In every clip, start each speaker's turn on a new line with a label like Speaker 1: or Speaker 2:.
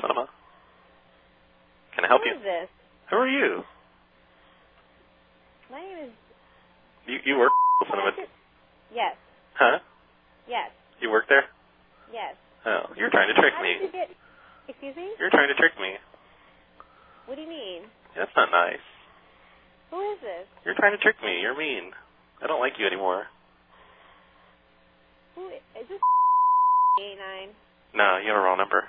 Speaker 1: Cinema. Uh-huh. Can I help
Speaker 2: Who
Speaker 1: you?
Speaker 2: is this?
Speaker 1: Who are you?
Speaker 2: My name is.
Speaker 1: You you work at
Speaker 2: Can I
Speaker 1: Cinema,
Speaker 2: just- Yes,
Speaker 1: huh?
Speaker 2: yes,
Speaker 1: You work there?
Speaker 2: yes.
Speaker 1: Oh, you're trying to trick
Speaker 2: How did you
Speaker 1: me.
Speaker 2: get? Excuse me.
Speaker 1: You're trying to trick me.
Speaker 2: What do you mean?
Speaker 1: That's not nice.
Speaker 2: Who is this?
Speaker 1: You're trying to trick me. You're mean. I don't like you anymore.
Speaker 2: Who i- is this? Eight nine.
Speaker 1: No, you have a wrong number.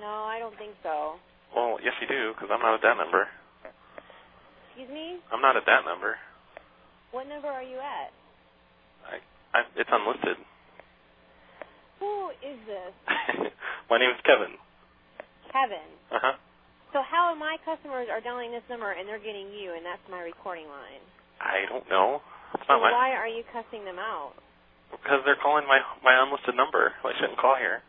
Speaker 2: No, I don't think so.
Speaker 1: Well, yes you do, because I'm not at that number.
Speaker 2: Excuse me.
Speaker 1: I'm not at that number.
Speaker 2: What number are you at?
Speaker 1: I, it's unlisted.
Speaker 2: Who is this?
Speaker 1: My name is Kevin.
Speaker 2: Kevin.
Speaker 1: Uh huh.
Speaker 2: So how my customers are dialing this number and they're getting you, and that's my recording line.
Speaker 1: I don't know. It's
Speaker 2: So
Speaker 1: not my
Speaker 2: why are you cussing them out?
Speaker 1: because they're calling my my unlisted number. I shouldn't call here.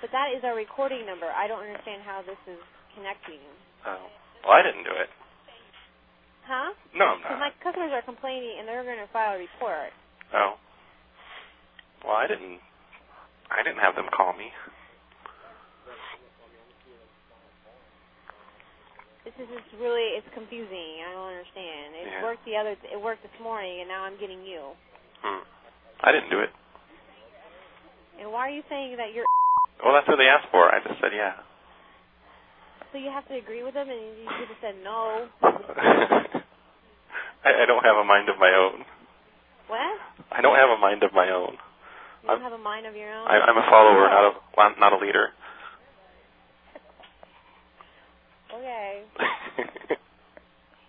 Speaker 2: But that is our recording number. I don't understand how this is connecting.
Speaker 1: Oh. Well, I didn't do it.
Speaker 2: Huh?
Speaker 1: No, I'm
Speaker 2: Because
Speaker 1: not.
Speaker 2: my customers are complaining and they're going to file a report.
Speaker 1: Oh. Well, I didn't. I didn't have them call me.
Speaker 2: This is just really it's confusing. I don't understand. It
Speaker 1: Yeah.
Speaker 2: worked the other it worked this morning and now I'm getting you.
Speaker 1: Hmm. I didn't do it.
Speaker 2: And why are you saying that you're
Speaker 1: Well, that's what they asked for. I just said yeah.
Speaker 2: so you have to agree with them and you should have said no.
Speaker 1: I, I don't have a mind of my own.
Speaker 2: What?
Speaker 1: I don't have a mind of my own.
Speaker 2: You don't have a mind of your own.
Speaker 1: I, I'm a follower, not a not a leader.
Speaker 2: okay.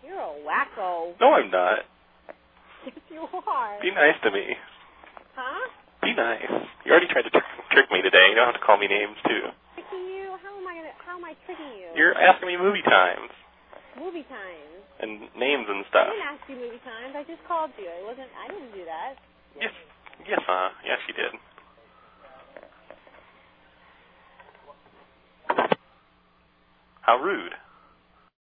Speaker 2: You're a wacko.
Speaker 1: no, I'm not.
Speaker 2: Yes, you are.
Speaker 1: Be nice to me.
Speaker 2: Huh?
Speaker 1: Be nice. You already tried to tr- trick me today. You don't have to call me names too.
Speaker 2: Tricking you? How am I gonna? How am I tricking you?
Speaker 1: You're asking me movie times
Speaker 2: movie times.
Speaker 1: and names and
Speaker 2: I
Speaker 1: stuff.
Speaker 2: didn't ask you movie times. I just called you. I wasn't. I didn't do that.
Speaker 1: Yes, yes, uh, yes, you did. How rude.